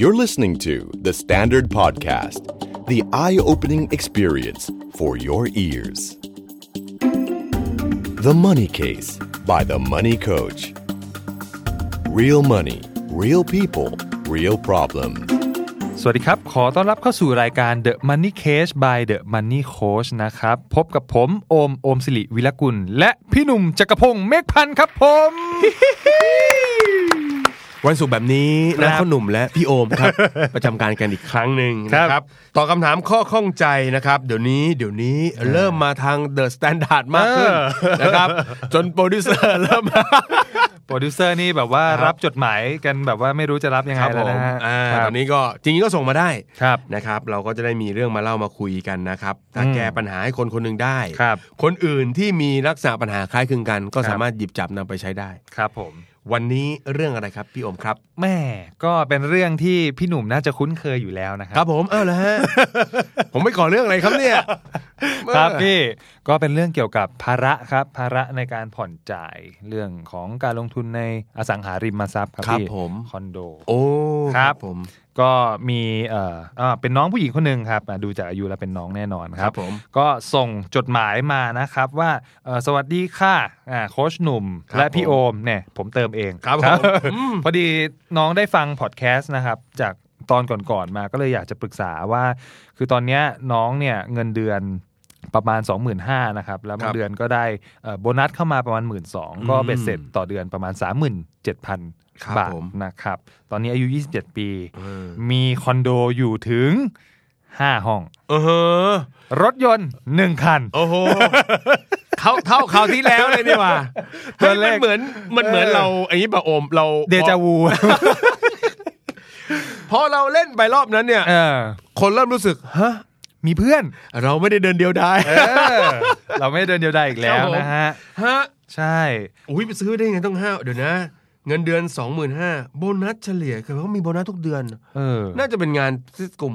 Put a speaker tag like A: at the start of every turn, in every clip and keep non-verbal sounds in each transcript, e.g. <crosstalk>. A: You're listening to The Standard Podcast, the eye opening experience for your ears. The Money Case by The Money Coach. Real money, real people, real problems.
B: สวัสดีครับ ขอต้อนรับเข้าสู่รายการ The Money Case by The Money Coach นะครับ พบกับผม โอม โอมสิริวิรกุล และพี่หนุ่มจักรพงศ์เมฆพันธ์ครับผม
C: <laughs> วันศุกร์แบบนี้
B: ค
C: นะ
B: รับ
C: พ่อหนุ่มและพี่โอม
B: <laughs>
C: ครับ ประจำการกันอีกครั้งหนึ่ง
B: ครั
C: นะ
B: บ
C: ครับตอบคำถามข้อข้องใจนะครับ เดี๋ยวนี้เดี๋ยวนี้เริ่มมาทางเดอะสแตนดาร์ดมากขึ้น
B: เออ
C: นะครับจนโปรดิวเซอ <laughs> ร์เริ่มมา
B: โปรดิวเซอร์นี่แบบว่า
C: ครับ
B: รับจดหมายกันแบบว่าไม่รู้จะรับยัง
C: ค
B: ไง
C: รับ
B: แล้
C: ผ
B: ว
C: ม
B: นะฮะ
C: อ่า
B: ครับ
C: ตอนนี้ก็จริงๆก็ส่งมาได้
B: ครับ
C: นะครับ เราก็จะได้มีเรื่องมาเล่ามาคุยกันนะครับถ้า
B: อืม
C: แก้ปัญหาให้คนคนหนึ่งได้
B: ครับ
C: คนอื่นที่มีลักษณะปัญหาคล้ายคลึงกัน ก็
B: ครับ
C: สามารถหยิบจับนำไปใช้ได้
B: ครับผม
C: วันนี้เรื่องอะไรครับพี่โอมครับ
B: แม่ก็เป็นเรื่องที่พี่หนุ่มน่าจะคุ้นเคยอยู่แล้วนะค
C: ค
B: รั
C: รับ บผมอ้าวเหรอฮะ <laughs> ผมไม่ก่อเรื่องอะไรครับเนี่ย
B: ครับพี่ก็เป็นเรื่องเกี่ยวกับภาระครับภาระในการผ่อนจ่ายเรื่องของการลงทุนในอสังหาริมทรัพย์ครับ
C: ครับ
B: พี่
C: ผม
B: คอนโด
C: โอ้
B: ครับ
C: ผม
B: ก็มีเอ่ออ่าเป็นน้องผู้หญิงคนหนึ่งครับอ่ะดูจากอายุแล้วเป็นน้องแน่นอนครับ
C: ผม
B: ก็ส่งจดหมายมานะครับว่าเอ่อสวัสดีค่ะอ่าโค้ชหนุ่ม
C: ครับ
B: และพี่
C: ผม
B: โอมเนี่ยผมเติมเอง
C: ครับผม
B: <laughs>
C: อืม
B: พอดีน้องได้ฟังพอดแคสต์นะครับ จากตอนก่อนๆมาก็เลยอยากจะปรึกษาว่า คือตอนเนี้ยน้องเนี่ยเงินเดือนประมาณ 25,000นะครับแล้วบางเดือนก็ได้เอ่อโบนัสเข้ามาประมาณ 1 2ื่นก็เบ็ดเสร็จต่อเดือนประมาณ
C: ครับ
B: 37,000 บาท
C: ผม
B: นะครับ ตอนนี้อายุ 27 ปี
C: เออ
B: มีคอนโดอยู่ถึง 5 ห้อง
C: เออฮะ
B: รถยนต์ 1 คัน
C: โอ้โห <laughs> เท่าเท่าคราวที่แล้วเลยนี่หว่า
B: ตั
C: เฮ้
B: วย เล
C: มัน
B: ข
C: เหมือนมันเหมือนเราไอันนี้ปะโอมเรา
B: เดจาวู
C: พอเราเล่นไปรอบนั้นเนี่ย
B: เออ
C: คนเริ่มรู้สึกฮะ
B: มีเพื่อน
C: เราไม่ได้เดินเดียวได้
B: เออ เราไม่เดินเดียวได้อีกแล้
C: ครั
B: ว
C: บผม
B: นะฮะ
C: ฮะ
B: ใช่
C: อุ้ยไปซื้อได้ไงต้องห้าเดี๋ยวนะ เงินเดือน 25,000โบนัสเฉลี่ยคือเขามีโบนัสทุกเดือน
B: เออ
C: น่าจะเป็นงานกลุ่ม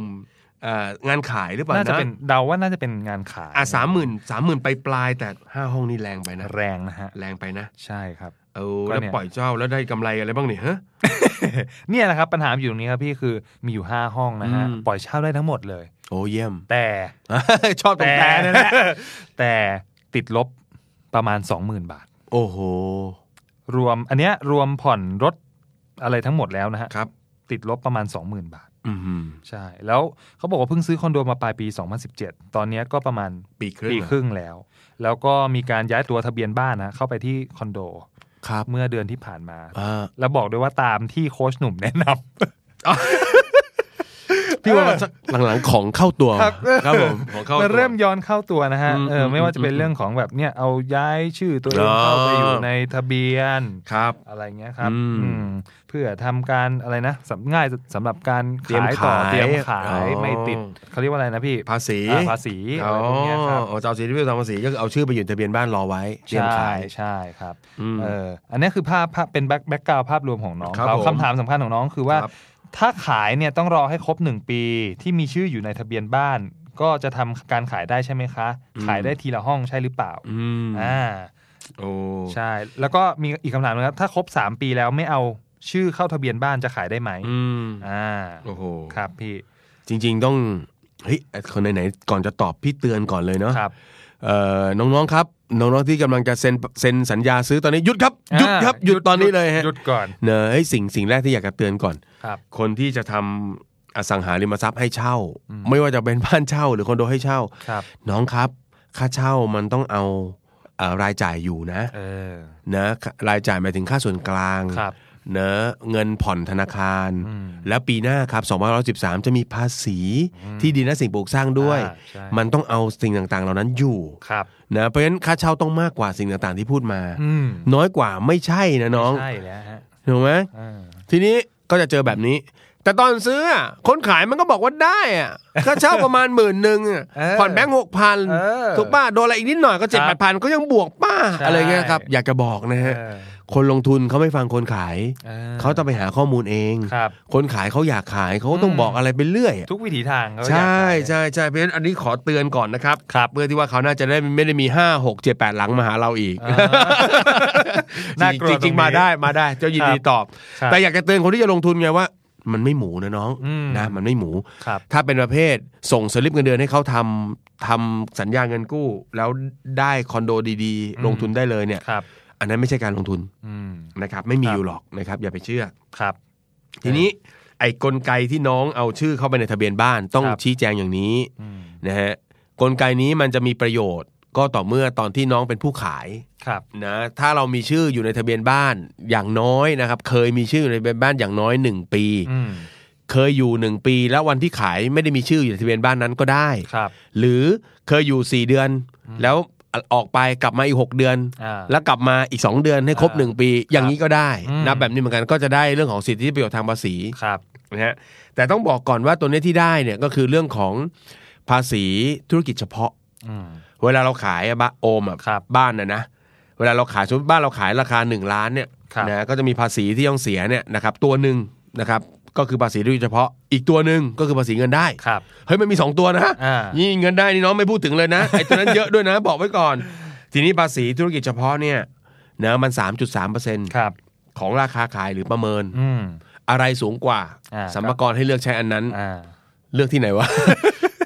C: เอ่องานขายหรือเปล่า
B: น่า
C: นะ
B: จะเป็นเดาว่าน่าจะเป็นงานขาย
C: อ่ะสามหมื่นสามหมื่นไปปลายๆแต่ห้าห้องนี่แรงไปนะ
B: แรงนะฮะ
C: แรงไปนะ
B: ใช่ครับ
C: เออ
B: ก็
C: แล้ว
B: เนี่ย
C: ปล่อยเจ้าแล้วได้กำไรอะไรบ้างเนี่ยฮะ
B: เนี่ยนะครับ ปัญหาอยู่ตรงนี้ครับพี่คือมีอยู่ 5 ห้องนะฮะ
C: อืม
B: ปล่อยเช่าได้ทั้งหมดเลย
C: โอ้เยี่ยม
B: แต่
C: ชอบตรงแต่นั่นแหละ
B: แต่ติดลบประมาณ 20,000 บาท
C: โอ้โห
B: รวมอันเนี้ยรวมผ่อนรถอะไรทั้งหมดแล้วนะฮะ
C: ครับ
B: ติดลบประมาณ 20,000 บาท
C: อือหือ
B: ใช่ แล้วเขาบอกว่าเพิ่งซื้อคอนโดมาปลายปี 2017 ตอนเนี้ยก็ประมาณ
C: ปีครึ่ง
B: ปี
C: เหอ
B: ครึ่งแล้ว แล้วก็มีการย้ายตัวทะเบียนบ้านนะเข้าไปที่คอนโด
C: ครับ
B: เมื่อเดือนที่ผ่านมา
C: อ่า
B: แล้วบอกด้วยว่าตามที่โค้ชหนุ่มแนะนำ
C: พี่ว่ามันสักหลังๆของเข้าตัว
B: ครับ
C: ครับผมของเข้าตัว
B: มันเริ่มย้อนเข้าตัวนะฮะ
C: อืม
B: เออไม่ว่าจะเป็น
C: อืม
B: เรื่องของแบบเนี่ยเอาย้ายชื่อตัวเอง
C: อ๋อ
B: เข้าไปอยู่ในทะเบียน
C: ครับ
B: อะไรเงี้ยครับ
C: อืม
B: อืมเพื่อทำการอะไรนะสำง่ายสำหรับการ
C: เตรียม
B: ขายต่อ
C: ขาย
B: เตรียมขาย
C: อ๋อ
B: ไม่ติดเขาเรียกว่าอะไรนะพี่
C: ภาษี
B: อ่าภาษี
C: อ๋
B: อะไร
C: อ
B: พวกเนี้ยครับ
C: เอาเจ้าสีที่พี่ทำภาษีก็คือเอาชื่อไปอยู่ในทะเบียนบ้านรอไว้เตรียม
B: ใช่
C: ขาย
B: ใช่ครับ
C: อืม
B: เอออันนี้คือภาพภาพเป็นแบ็คแบ็กกราวภาพรวมของน้อง
C: ครับ
B: เขา
C: ผม
B: คำถามสำคัญของน้องคือว่า
C: ครับ
B: ถ้าขายเนี่ยต้องรอให้ครบหนึ่งปี ที่มีชื่ออยู่ในทะเบียนบ้าน ก็จะทำการขายได้ใช่ไหมคะ ขายได้ทีละห้องใช่หรือเปล่า
C: อืม
B: อ่า
C: โอ้
B: ใช่ แล้วก็มีอีกคำถามหนึงครับถ้าครบ 3 ปีแล้วไม่เอาชื่อเข้าทะเบียนบ้านจะขายได้ไหม
C: อืม
B: อ่า
C: โอ้โห
B: ครับพี่
C: จริง ๆ ต้องเฮ้ยคนไหนๆก่อนจะตอบพี่เตือนก่อนเลยเนาะ
B: ครับ
C: เอ่อน้องๆครับ น้องๆที่กำลังจะเซ็นเซ็นสัญญาซื้อตอนนี้หยุดครับหยุดครับหยุดตอนนี้เลยฮะ
B: หยุดก่อน
C: เนอะเฮ้ยสิ่งสิ่งแรกที่อยากจะเตือนก่อน
B: ครับ
C: คนที่จะทำอสังหาริมทรัพย์ให้เช่า
B: อืม
C: ไม่ว่าจะเป็นบ้านเช่าหรือคอนโดให้เช่า
B: ครับ
C: น้องครับ ค่าเช่ามันต้องเอาเอ่อรายจ่ายอยู่นะ
B: เออ
C: นะรายจ่ายหมายถึงค่าส่วนกลาง
B: ครับ
C: เนอะเงินผ่อนธนาคาร
B: อืม
C: แล้วปีหน้าครับ2513 จะมีภาษีที่ดินและสิ่งปลูกสร้างด้วย
B: อ่าใช่
C: มันต้องเอาสิ่งต่างๆ เหล่านั้นอยู่
B: ครับ
C: นะเพราะฉะนั้นค่าเช่าต้องมากกว่าสิ่งต่างๆที่พูดมา
B: อืม
C: น้อยกว่าไม่ใช่นะน้อง
B: ใช่แล้วฮะ
C: ถูกไหม
B: อ่า
C: ทีนี้ก็จะเจอแบบนี้ แต่ตอนซื้ออะคนขายมันก็บอกว่าได้
B: <laughs>
C: อะค่าเช่าประมาณหมื่นหนึ่งอะ
B: เออ
C: ผ่อนแบงค์หกพัน
B: เออ
C: ถูกป้าโดนอะไรอีกนิดหน่อยก็เจ็ด
B: ค
C: แป
B: รับ
C: ดพันก็ยังบวกป้า
B: ใช่
C: อะไรเงี้ยครับอยากจะบอกนะฮะ
B: เออ
C: คนลงทุนเขาไม่ฟังคนขาย
B: เอ
C: เขาต้องไปหาข้อมูลเอง
B: ครับ
C: คนขายเขาอยากขายเขาก็ต้อง
B: อืม
C: บอกอะไรไปเรื่อยอะ
B: ทุกวิถีทางเขาอยาก
C: ใช่
B: ขาย
C: ใช่ใช่เพราะฉะนั้นอันนี้ขอเตือนก่อนนะครับ
B: ครับ
C: เพื่อที่ว่าเขาวหน่าจะได้ไม่ได้มีห้าหกเจ็ดแปดหลังมาหาเราอีก
B: อ่า น่ากลัว
C: จริง
B: ตรง
C: ๆ <laughs> จริ
B: นี้
C: งๆมาได้มาได้เจ้ายินดีตอบ
B: ครับ
C: แต่อยากจะเตือนคนที่จะลงทุนไงว่า มันไม่หมูนะน้อง
B: อืม
C: นะมันไม่หมู
B: ครับ
C: ถ้าเป็นประเภทส่งสลิปเงินเดือนให้เขาทำทำสัญญาเงินกู้ แล้วได้คอนโดดี
B: อืม
C: ๆ ลงทุนได้เลยเนี่ย
B: ครับ
C: อันนั้นไม่ใช่การลงทุน
B: อืม
C: นะครับไม่มี
B: ครับ
C: อยู่หรอกนะครับอย่าไปเชื่อ
B: ครับ
C: ทีนี้ไอ้กลไกที่น้องเอาชื่อเข้าไปในทะเบียนบ้านต้อง
B: ครับ
C: ชี้แจงอย่างนี้
B: อืม
C: นะฮะกลไกนี้มันจะมีประโยชน์ ก็ต่อเมื่อตอนที่น้องเป็นผู้ขาย
B: ครับ
C: นะถ้าเรามีชื่ออยู่ในทะเบียนบ้านอย่างน้อยนะครับ เคยมีชื่ออยู่ในทะเบียนบ้านอย่างน้อยหนึ่งปี
B: อืม
C: เคยอยู่หนึ่งปี แล้ววันที่ขายไม่ได้มีชื่ออยู่ในทะเบียนบ้านนั้นก็ได้
B: ครับ
C: หรือเคยอยู่สี่เดือน แล้วออกไปกลับมาอีกหกเดือน
B: อ่า
C: แล้วกลับมาอีก 2 เดือนให้ครบ
B: อ่า
C: 1 ปี อย่างนี้ก็ได้
B: อืม
C: นะแบบนี้เหมือนกันก็จะได้เรื่องของสิทธิประโยชน์ทางภาษี
B: ครับ
C: นะฮะแต่ต้องบอกก่อนว่าตัวเนี้ยที่ได้เนี่ยก็คือเรื่องของภาษีธุรกิจเฉพาะ
B: อืม
C: เวลาเราขายอะบ้าโอมอะ
B: ครับ
C: บ้านนะนะเวลาเราขายสมมติบ้านเราขายราคา 1 ล้านเนี่ย
B: ครับ
C: นะก็จะมีภาษีที่ต้องเสียเนี่ยนะครับตัวหนึ่งนะครับก็คือภาษีธุรกิจเฉพาะ อีกตัวหนึ่งก็คือภาษีเงินได้
B: ครับ
C: เฮ้ยมันมีสองตัวนะ
B: อ่า
C: นี่เงินได้นี่น้องไม่พูดถึงเลยนะไอ้ตัวนั้นเยอะด้วยนะ บอกไว้ก่อน ทีนี้ภาษีธุรกิจเฉพาะเนี่ยนะมัน 3.3%
B: ครับ
C: ของราคาขายหรือประเมิน
B: อืม
C: อะไรสูงกว่า
B: อ่า
C: สัมภากระให้เลือกใช้อันนั้น
B: อ่า
C: เลือกที่ไหน
B: <laughs>
C: วะ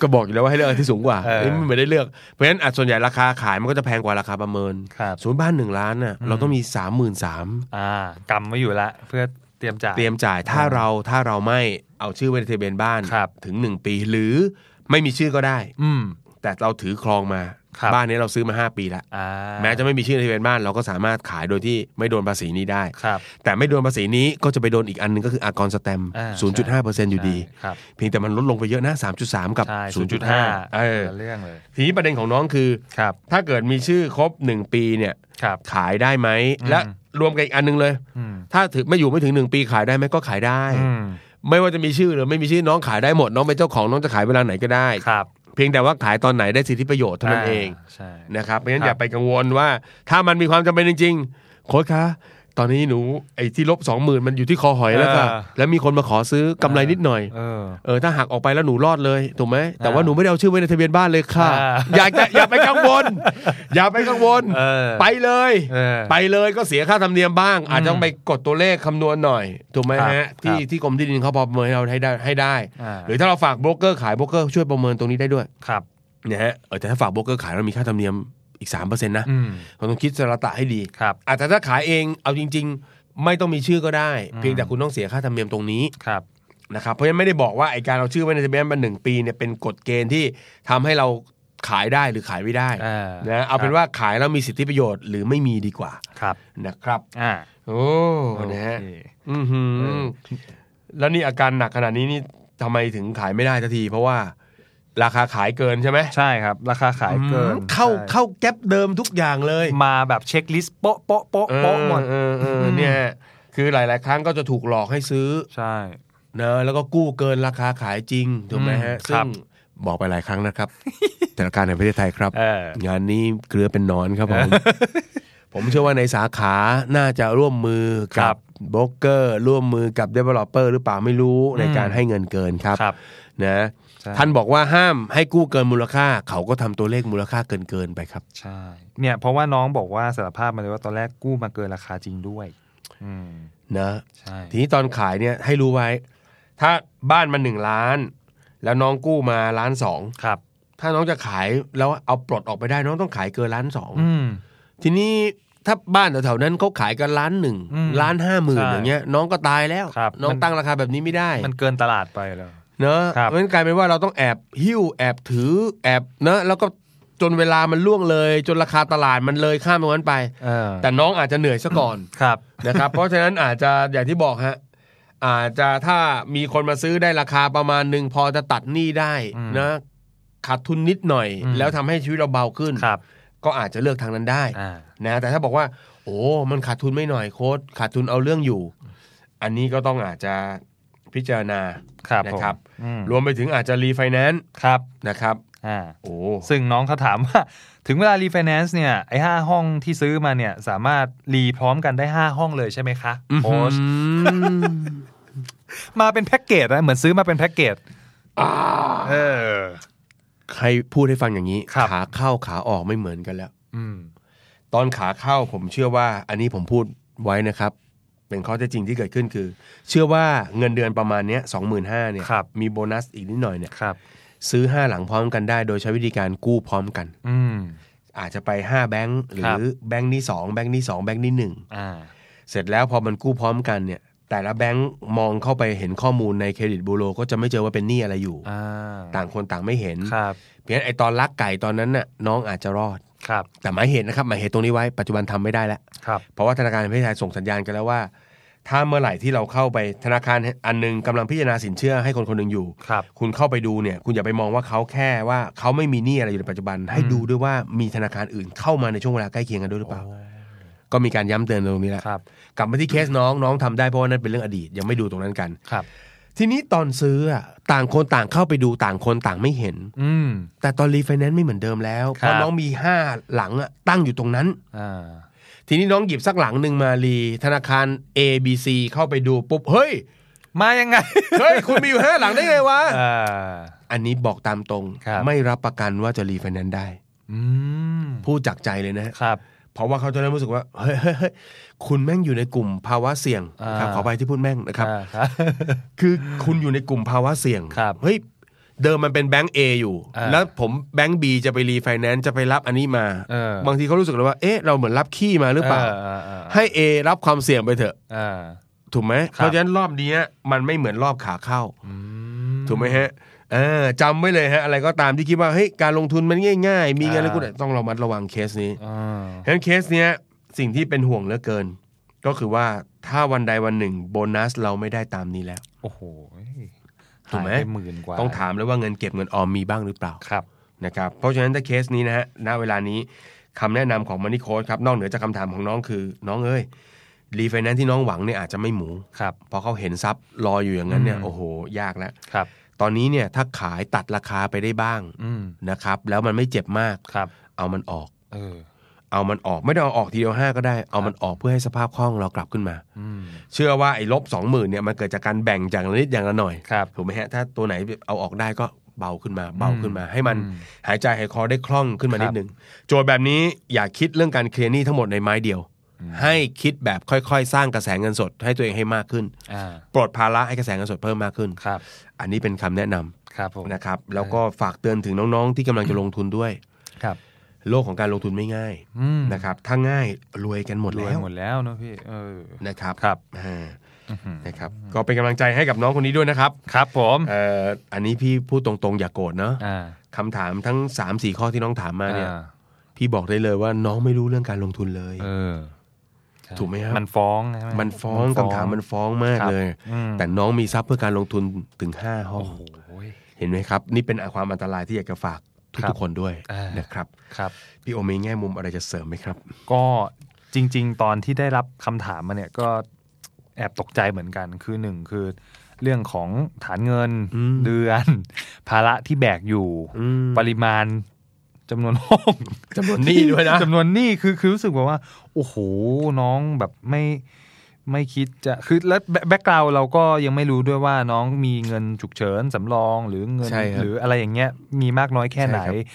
C: ก็บอกอยู่แล้วว่าให้เลือกอันที่สูงกว่า
B: เออ
C: เอ้ยมันไม่ได้เลือกเพราะฉะนั้นอ่ะส่วนใหญ่ราคาขายมันก็จะแพงกว่าราคาประเมิน
B: ครับ
C: สมมติบ้านหนึ่งล้านน่ะเราต้องมี 3 3 0 0 0
B: อ่ากำไว้อยู่ละ เพื่อเตรียมจ่าย
C: เตรียมจ่ายถ้าเราถ้าเราไม่เอาชื่อไว้ในทะเบียนบ้าน
B: ครับ
C: ถึงหนึ่งปีหรือไม่มีชื่อก็ได้
B: อืม
C: แต่เราถือครองมา
B: ครับ
C: บ้านนี้เราซื้อมา 5 ปีแล้ว
B: อ่า
C: แม้จะไม่มีชื่อในทะเบียนบ้านเราก็สามารถขายโดยที่ไม่โดนภาษีนี้ได้
B: ครับ
C: แต่ไม่โดนภาษีนี้ก็จะไปโดนอีกอันหนึงก็คืออากรสแตมป์
B: อ่าใช่
C: 0.5เปอร์เซ็นต์อยู่ดี
B: ครับ
C: เพียงแต่มันลดลงไปเยอะนะ 3.3 กับ
B: ใช่
C: 0.5
B: เอ
C: เออ
B: เรื่องเลย
C: ทีนี้ประเด็นของน้องคือ
B: ครับ
C: ถ้าเกิดมีชื่อครบ 1 ปีเนี่ย
B: ครับ
C: ขายได้ไหม
B: อืม
C: และรวมกันอีกอันหนึงเลย
B: อืม
C: ถ้าถือไม่อยู่ไม่ถึง 1 ปีขายได้ไหมก็ขายได้
B: อืม
C: ไม่ว่าจะมีชื่อหรือไม่มีชื่อน้องขายได้หมดน้องเป็นเจ้าของน้องจะขายเวลาไหนก็ได้
B: ครับ
C: เพียงแต่ว่าขายตอนไหนได้สิทธิประโยชน์เท่านั้นเอง
B: าใช่
C: นะครับเพราะฉะนั้
B: ครับ
C: นอย่าไปกังวลว่า ถ้ามันมีความจำเป็นจริงๆโค้ชคะตอนนี้หนูไอ้ที่ลบสองหมื่นมันอยู่ที่คอหอยแล้วค่ะ
B: เออ
C: แล้วมีคนมาขอซื้อกำไรนิดหน่อย
B: เออ
C: เออถ้าหักออกไปแล้วหนูรอดเลยถูกไหมแต่
B: อ่า
C: ว่าหนูไม่ได้เอาชื่อไว้ในทะเบียนบ้านเลยค่ะ
B: อ่า
C: อยากจะอย่าไปกังวล
B: <laughs>
C: อย่าไปกังวล
B: เออ
C: ไปเลย
B: เออ
C: ไปเลยก็เสียค่าธรรมเนียมบ้าง อาจจะ
B: อืม
C: ต้องไปกดตัวเลขคำนวณหน่อยถูกไหม
B: ครั
C: ฮะ
B: บค
C: ที่
B: รับ
C: ที่กรมที่ดินเขาพอประเมินให้เราให้ได้ให้ได้
B: อ่า
C: หรือถ้าเราฝากโบรกเกอร์ขายโบรกเกอร์ช่วยประเมินตรงนี้ได้ด้วย
B: ครับ
C: นะฮะเออแต่ถ้าฝากโบรกเกอร์ขายเรามีค่าธรรมเนียมอีก3%นะ
B: อืม
C: เราต้องคิดสระตะให้ดี
B: ครับ
C: อาจจะแต่ถ้าขายเองเอาจริง ๆ ไม่ต้องมีชื่อก็ได้
B: อืม
C: เพียงแต่คุณต้องเสียค่าธรรมเนียมตรงนี้
B: ครับ
C: นะครับเพราะฉะนั้นไม่ได้บอกว่าไอการเอาชื่อไว้ในทะเบียนมันหนึ่งปีเนี่ยเป็นกฎเกณฑ์ที่ทำให้เราขายได้หรือขายไม่ได้
B: อ่า
C: นะเอาเป็นว่าขายแล้วมีสิทธิประโยชน์หรือไม่มีดีกว่า
B: ครับ
C: นะครับ
B: อ่า
C: โอ้นะฮะ
B: โอเค
C: อื้อหือ
B: เออ
C: แล้วนี่อาการหนักขนาดนี้นี่ทำไมถึงขายไม่ได้ทันที เพราะว่าราคาขายเกินใช่ไหม
B: ใช่ครับ ราคาขายเกิน
C: อืมเข้า
B: ใช่
C: เข้าแก๊ปเดิมทุกอย่างเลย
B: มาแบบเช็คลิสต์โป๊ะโป๊ะโป๊ะโป๊ะหมด
C: เออเออเออ
B: อืม
C: เนี่ยคือหลาย ๆ ครั้งก็จะถูกหลอกให้ซื้อ
B: ใช่
C: นะแล้วก็กู้เกินราคาขายจริงถูกไหมฮะ
B: อืมค
C: ซึ่
B: รั
C: ง
B: บ
C: บอกไปหลายครั้งนะครับ <laughs> แต่ละการในประเทศไทยครับ
B: เออ
C: งานนี้เกลือเป็นหนอนครับผม <laughs> ผมเชื่อว่าในสาขาน่าจะร่วมมือ
B: ครั
C: กั
B: บบ
C: โบรกเกอร์ร่วมมือกับ Developer หรือเปล่าไม่รู้ใน
B: อืม
C: การให้เงินเกินครับ
B: ครับ
C: นะ
B: ใช่
C: ท่านบอกว่าห้ามให้กู้เกินมูลค่า เขาก็ทำตัวเลขมูลค่าเกินเกินๆไปครับ
B: ใช่ เนี่ยเพราะว่าน้องบอกว่าสารภาพมาเลยว่าตอนแรกกู้มาเกินราคาจริงด้วย อืม
C: นะ
B: ใช่
C: ทีนี้ตอนขายเนี่ยให้รู้ไว้ ถ้าบ้านมันหนึ่งล้าน แล้วน้องกู้มาล้านสอง
B: ครับ
C: ถ้าน้องจะขายแล้วเอาปลดออกไปได้น้องต้องขายเกินล้านสอง
B: อืม
C: ทีนี้ถ้าบ้านแถวๆนั้นเขาขายกันล้านหนึ่ง
B: อืม
C: ล้านห้าหมื่น
B: ใช่
C: อย่างเงี้ย น้องก็ตายแล้ว
B: ครับ
C: น้อง
B: มัน
C: ตั้งราคาแบบนี้ไม่ได้
B: มันเกินตลาดไปแล้ว
C: เนอะ
B: ครับ
C: เพราะฉะนั้นกลายเป็นว่าเราต้องแอบหิ้วแอบถือแอบเนอะแล้วก็จนเวลามันล่วงเลย จนราคาตลาดมันเลยข้ามตรงนั้นไป
B: เออ
C: แต่น้องอาจจะเหนื่อยซะก่อน
B: ครับ
C: นะครับ <laughs> เพราะฉะนั้นอาจจะอย่างที่บอกฮะอาจจะถ้ามีคนมาซื้อได้ราคาประมาณหนึ่งพอจะตัดหนี้ได้
B: อืม
C: นะขาดทุนนิดหน่อย
B: อืม
C: แล้วทำให้ชีวิตเราเบาขึ้น
B: ครับ
C: ก็อาจจะเลือกทางนั้นได้
B: อ่า
C: นะแต่ถ้าบอกว่า โอ้มันขาดทุนไม่หน่อยโค้ดขาดทุนเอาเรื่องอยู่ อันนี้ก็ต้องอาจจะพิจารณา
B: ครับ
C: นะ
B: ผม
C: ครับ
B: อืม
C: รวมไปถึงอาจจะรีไฟแนนซ์
B: ครับ
C: นะครับ
B: อ่า
C: โอ้
B: ซึ่งน้องเขาถามว่า <laughs> ถึงเวลารีไฟแนนซ์เนี่ย ไอ้ห้าห้องที่ซื้อมาเนี่ย สามารถรีพร้อมกันได้ห้าห้องเลยใช่ไหมคะโพสต์
C: อืม
B: <laughs> มาเป็นแพ็กเกจนะ เหมือนซื้อมาเป็นแพ็กเกจเออ
C: ใครพูดให้ฟังอย่างนี้
B: ครับ
C: ขาเข้าขาออกไม่เหมือนกันแล้ว
B: อืม
C: ตอนขาเข้าผมเชื่อว่า อันนี้ผมพูดไว้นะครับ เป็นข้อเท็จจริงที่เกิดขึ้นคือ เชื่อว่าเงินเดือนประมาณเนี้ยสองหมื่นห้าเนี่ย
B: ครับ
C: มีโบนัสอีกนิดหน่อยเนี่ย
B: ครับ
C: ซื้อห้าหลังพร้อมกันได้ โดยใช้วิธีการกู้พร้อมกัน
B: อืม
C: อาจจะไปห้าแบงค์หรื
B: ครั
C: อบ แบงค์นี้สองแบงค์นี้สองแบงค์นี้หนึ่ง
B: อ่า
C: เสร็จแล้วพอมันกู้พร้อมกันเนี่ย แต่ละแบงค์มองเข้าไปเห็นข้อมูลในเครดิตบูโรก็จะไม่เจอว่าเป็นหนี้อะไรอยู่
B: อ่า
C: ต่างคนต่างไม่เห็น
B: ครับ
C: เพียงไอตอนลักไก่ตอนนั้นน่ะน้องอาจจะรอด
B: ครับ
C: แต่หมายเหตุนะครับหมายเหตุตรงนี้ไว้ปัจจุบันทำไม่ได้แล้ว
B: ครับ
C: เพราะว่าธนาคารแห่งประเทศไทยส่งสัญญาณกันแล้วว่า ถ้าเมื่อไหร่ที่เราเข้าไปธนาคารอันหนึงกำลังพิจารณาสินเชื่อให้คนคนหนึ่งอยู่
B: ครับ
C: คุณเข้าไปดูเนี่ยคุณอย่าไปมองว่าเขาแค่ว่าเขาไม่มีหนี้อะไรอยู่ในปัจจุบัน ให้
B: อืม
C: ดูด้วยว่ามีธนาคารอื่นเข้ามาในช่วงเวลาใกล้เคียงกันด้วยหรือเปล่า ก็มีการย้ำเตือนตรงนี้แล้ว
B: ครับ
C: กลับมาที่เคสน้องน้องทำได้เพราะว่านั่นเป็นเรื่องอดีตยังไม่ดูตรงนั้นกัน
B: ครับ
C: ทีนี้ตอนซื้ออะต่างคนต่างเข้าไปดูต่างคนต่างไม่เห็น
B: อืม
C: แต่ตอนรีไฟแนนซ์ไม่เหมือนเดิมแล้ว
B: ครับ
C: เพราะน้องมีห้าหลังอะตั้งอยู่ตรงนั้น
B: อ่า
C: ทีนี้น้องหยิบสักหลังหนึ่งมารีธนาคาร A B C เข้าไปดูปุ๊บเฮ้ย
B: มายัง <laughs> ไง
C: เฮ้ยคุณมีอยู่ห้าหลังได้ไงวะ
B: อ่า
C: อันนี้บอกตามตรง
B: ครับ
C: ไม่รับประกันว่าจะรีไฟแนนซ์ได้
B: อืม
C: พูดจากใจเลยนะฮะ
B: ครับ
C: เพราะว่าเขาจะเริ่มรู้สึกว่าเฮ้ยเฮ้ยเฮ้ยคุณแม่งอยู่ในกลุ่มภาวะเสี่ยงครับ
B: อ่า
C: ขอไปที่พูดแม่งนะครับ
B: อ่าครับ
C: คือคุณอยู่ในกลุ่มภาวะเสี่ยง
B: ครับ
C: เฮ้ย เดิมมันเป็นแบงก์ A อยู่
B: อ่า
C: แล้วผมแบงก์ B จะไปรีไฟแนนซ์จะไปรับอันนี้มา
B: เออ
C: บางทีเขารู้สึกเลยว่า เอ๊ะ เราเหมือนรับขี้มาหรือเปล่า
B: อ่าอ่า
C: ให้ A รับความเสี่ยงไปเถอะ
B: อ่า
C: ถูกไหม
B: ครับ
C: เพราะฉะนั้นรอบนี้มันไม่เหมือนรอบขาเข้า
B: อืม
C: ถูกไหมฮะเออจำไว้เลยฮะ อะไรก็ตามที่คิดว่า เฮ้ย การลงทุนมันง่าย ๆ มีเงินแล้ว
B: อ่า
C: กูเนี่ยต้องระมัดระวังเคสนี้
B: อ่า
C: เพราะฉะนั้นเคสเนี้ยสิ่งที่เป็นห่วงเหลือเกิน ก็คือว่าถ้าวันใดวันหนึ่งโบนัสเราไม่ได้ตามนี้แล้ว
B: โอ้โห
C: ถูกไหม
B: ายปหมื่นกว่า
C: ต้องถามแล้วว่าเงินเก็บเงินออมมีบ้างหรือเปล่า
B: ครับ
C: นะครับเพราะฉะนั้นถ้าเคสนี้นะฮะณเวลานี้คำแนะนำของมันนี่โค้ชครับ นอกเหนือจากคำถามของน้องคือ น้องเอ้ยรีไฟแนนซ์ที่น้องหวังเนี่ยอาจจะไม่หมู
B: ครับ
C: เพราะเขาเห็นทรัพย์รออยู่อย่างนั้นเนี่ย
B: อืม
C: โอ้โห ยากแล้ว
B: ครับ
C: ตอนนี้เนี่ยถ้าขายตัดราคาไปได้บ้าง
B: อืม
C: นะครับ แล้วมันไม่เจ็บมาก
B: ครับ
C: เอามันออก
B: เออ
C: เอามันออกไม่ได้เอาออกทีเดียวห้าก็ได้เอามันออกเพื่อให้สภาพคล่องเรากลับขึ้นมา
B: อืม
C: เชื่อว่าไอ้ลบสองหมื่นเนี่ยมันเกิดจากการแบ่งจากละนิดอย่างละหน่อย
B: ครับ
C: ถูกไหมฮะถ้าตัวไหนเอาออกได้ก็เบาขึ้นมาเบาขึ้นมา ให้มัน
B: อืม
C: หายใจหายคอได้คล่องขึ้นมา
B: ครับ
C: นิดนึงโจทย์แบบนี้อย่าคิดเรื่องการเคลียร์หนี้ทั้งหมดในไม้เดียว
B: อืม
C: ให้คิดแบบค่อยๆ สร้างกระแสเงินสด ให้ตัวเองให้มากขึ้น
B: อ่า
C: ปลดภาระให้กระแสเงินสดเพิ่มมากขึ้น
B: ครับ
C: อันนี้เป็นคำแนะนำ
B: ครับผม
C: นะครับแล้วก็ฝากเตือนถึงน้องๆ ที่กำลังจะลงทุนด้วย
B: ครับ
C: โลกของการลงทุนไม่ง่าย
B: อืม
C: นะครับถ้าง่ายรวยกันหมด
B: รว
C: แล้
B: ยว หมดแล้วเนอะพี่เออ
C: นะครับ
B: ครับ
C: อ่า
B: อื้อหือ
C: นะครับก็เป็นกำลังใจให้กับน้องคนนี้ด้วยนะครับ
B: ครับผม
C: เอ่ออันนี้พี่พูดตรงๆอย่าโกรธเนาะ
B: อ่า
C: คำถามทั้ง3ามสี่ข้อที่น้องถามมาเนี่ย
B: อ่า
C: พี่บอกได้เลยว่าน้องไม่รู้เรื่องการลงทุนเลย
B: เออใช่
C: ถูกไหมครับ
B: มันฟ้องใช่ไห
C: มันฟ้องคำถามมันฟ้องมากเลย
B: อืม
C: แต่น้องมีทรัพย์เพื่อการลงทุนถึง 5 ห้อ
B: โอ้
C: ง
B: โห
C: เห็นไหมครับ นี่เป็นความอันตรายที่อยากจะฝาก
B: ครั
C: ทุ
B: บ
C: กๆคนด้วย
B: อ่าน
C: นะครับ
B: ครับ
C: พี่โอมีแง่มุมอะไรจะเสริมไหมครับ
B: ก็จริง ๆ ตอนที่ได้รับคำถามมาเนี่ยก็แอบตกใจเหมือนกันคือหนึ่งคือ เรื่องของฐานเงิน
C: อืม
B: เดือน ภาระที่แบกอยู่
C: อืม
B: ปริมาณจำนวนห้อง
C: จำนวนหนี้ด้วยนะ
B: จำนวนหนี้คือคือรู้สึกแบบว่า โอ้โหน้องแบบไม่ไม่คิดจะคือแล้วแบ็กกราวเราก็ยังไม่รู้ด้วยว่าน้องมีเงินฉุกเฉินสำรองหรือเงิน
C: ใช่ครับ
B: หรืออะไรอย่างเงี้ยมีมากน้อยแค่ไหน
C: ใช่ครับ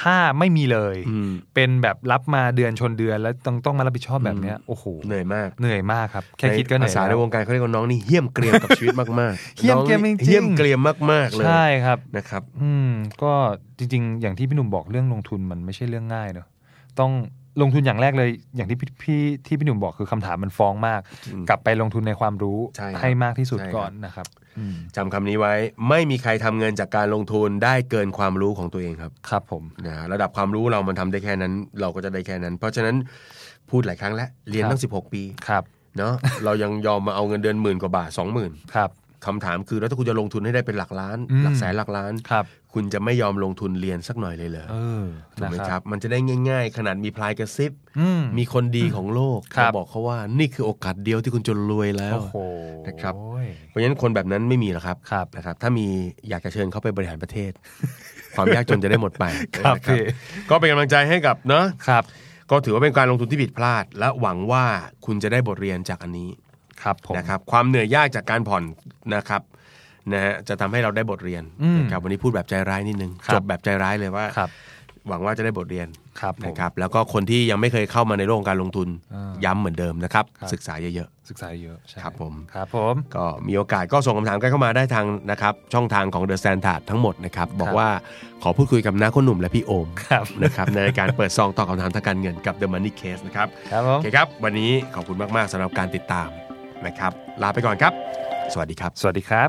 B: ถ้าไม่มีเลย
C: อืม
B: เป็นแบบรับมาเดือนชนเดือนแล้วต้องต้องมารับผิดชอบแบบเนี้ยโอ้โห
C: เหนื่อยมาก
B: เหนื่อยมากครับ แค่คิดก็เห
C: ใน
B: นื่อ
C: ภา
B: ย
C: ษาใน
B: แล้ว
C: วงการเขาเรียกว่าน้องนี่เหี้ยมเกรียมกับชีวิตมากๆ
B: เหี้ยมเกรียมจริงๆ
C: น้อนี่เหี้ยมเกรียมมากๆเลย
B: ใช่ครับ
C: นะครับ
B: อืมก็จริง ๆ อย่างที่พี่หนุ่มบอกเรื่องลงทุนมันไม่ใช่เรื่องง่ายเนอะต้องลงทุนอย่างแรกเลย อย่างที่พี่พี่ที่พี่หนุ่มบอกคือคำถามมันฟ้องมาก
C: อืม
B: กลับไปลงทุนในความรู้
C: ใช่ครับ
B: ให้มากที่สุด
C: ใช่ครับ
B: ก่อนนะครับอืม
C: จำคำนี้ไว้ไม่มีใครทำเงินจากการลงทุนได้เกินความรู้ของตัวเองครับ
B: ครับผม
C: นะฮะระดับความรู้เรามันทำได้แค่นั้น เราก็จะได้แค่นั้น เพราะฉะนั้นพูดหลายครั้งแล้ว เรียนตั้ง 16 ปี
B: ครับ
C: เนาะ เรายังยอมมาเอาเงินเดือนหมื่นกว่าบาท 20,000
B: ครับ
C: คำถามคือแล้วถ้าคุณจะลงทุนให้ได้เป็นหลักล้าน
B: อืม
C: หลักแสนหลักล้าน
B: ครับ
C: คุณจะไม่ยอมลงทุนเรียนสักหน่อยเลยเหรอ
B: เออ
C: ถูกไหม
B: นะครับ
C: มันจะได้ง่าย ๆ ขนาดมีพลายกระซิบ
B: อืม
C: มีคนดีของโลก
B: ครับ
C: มาบอกเขาว่านี่คือโอกาสเดียวที่คุณจะรวยแล้ว
B: โอ้โห
C: นะครับ เพราะฉะนั้นคนแบบนั้นไม่มีหรอกครับ
B: ครับ
C: นะครับถ้ามีอยากจะเชิญเขาไปบริหารประเท
B: <laughs>
C: ศ ความยากจนจะได้หมดไป
B: ครับ
C: นะ
B: พี่
C: ก็เป็นกำลังใจให้กับเนาะ
B: ครับ
C: ก็ถือว่าเป็นการลงทุนที่ผิดพลาด และหวังว่าคุณจะได้บทเรียนจากอันนี้
B: ครับผม
C: นะครับความเหนื่อยยากจากการผ่อนนะครับนะฮะจะทำให้เราได้บทเรียน
B: อืม
C: นะครับวันนี้พูดแบบใจร้ายนิดนึง
B: ครับ
C: จบแบบใจร้ายเลยว่า
B: ครับ
C: หวังว่าจะได้บทเรียน
B: ครับผม
C: นะครับแล้วก็คนที่ยังไม่เคยเข้ามาในโลกของการลงทุน
B: อ่า
C: ย้ำเหมือนเดิมนะครับ
B: ครับ
C: ศึกษาเยอะ
B: ศึกษาเยอะใช่
C: ครับผม
B: ครับผม
C: ๆ ก็มีโอกาสก็ส่งคำถามกันเข้ามาได้ทางนะครับช่องทางของ The Standard ทั้งหมดนะครับ บอ
B: ค
C: ก
B: รับ
C: ว่าขอพูดคุยกับน้าคนหนุ่มและพี่โอม
B: ครับ
C: นะครับในรายการเปิดซองตอบคำถามทางการเงินกับ The Money Case นะครับ
B: ครับผ
C: โอ
B: ม
C: เคครับ วันนี้ขอบคุณมากๆสำหรับการติดตามนะครับ ลาไปก่อนครับ สวัสดีครับ
B: สวัสดีครับ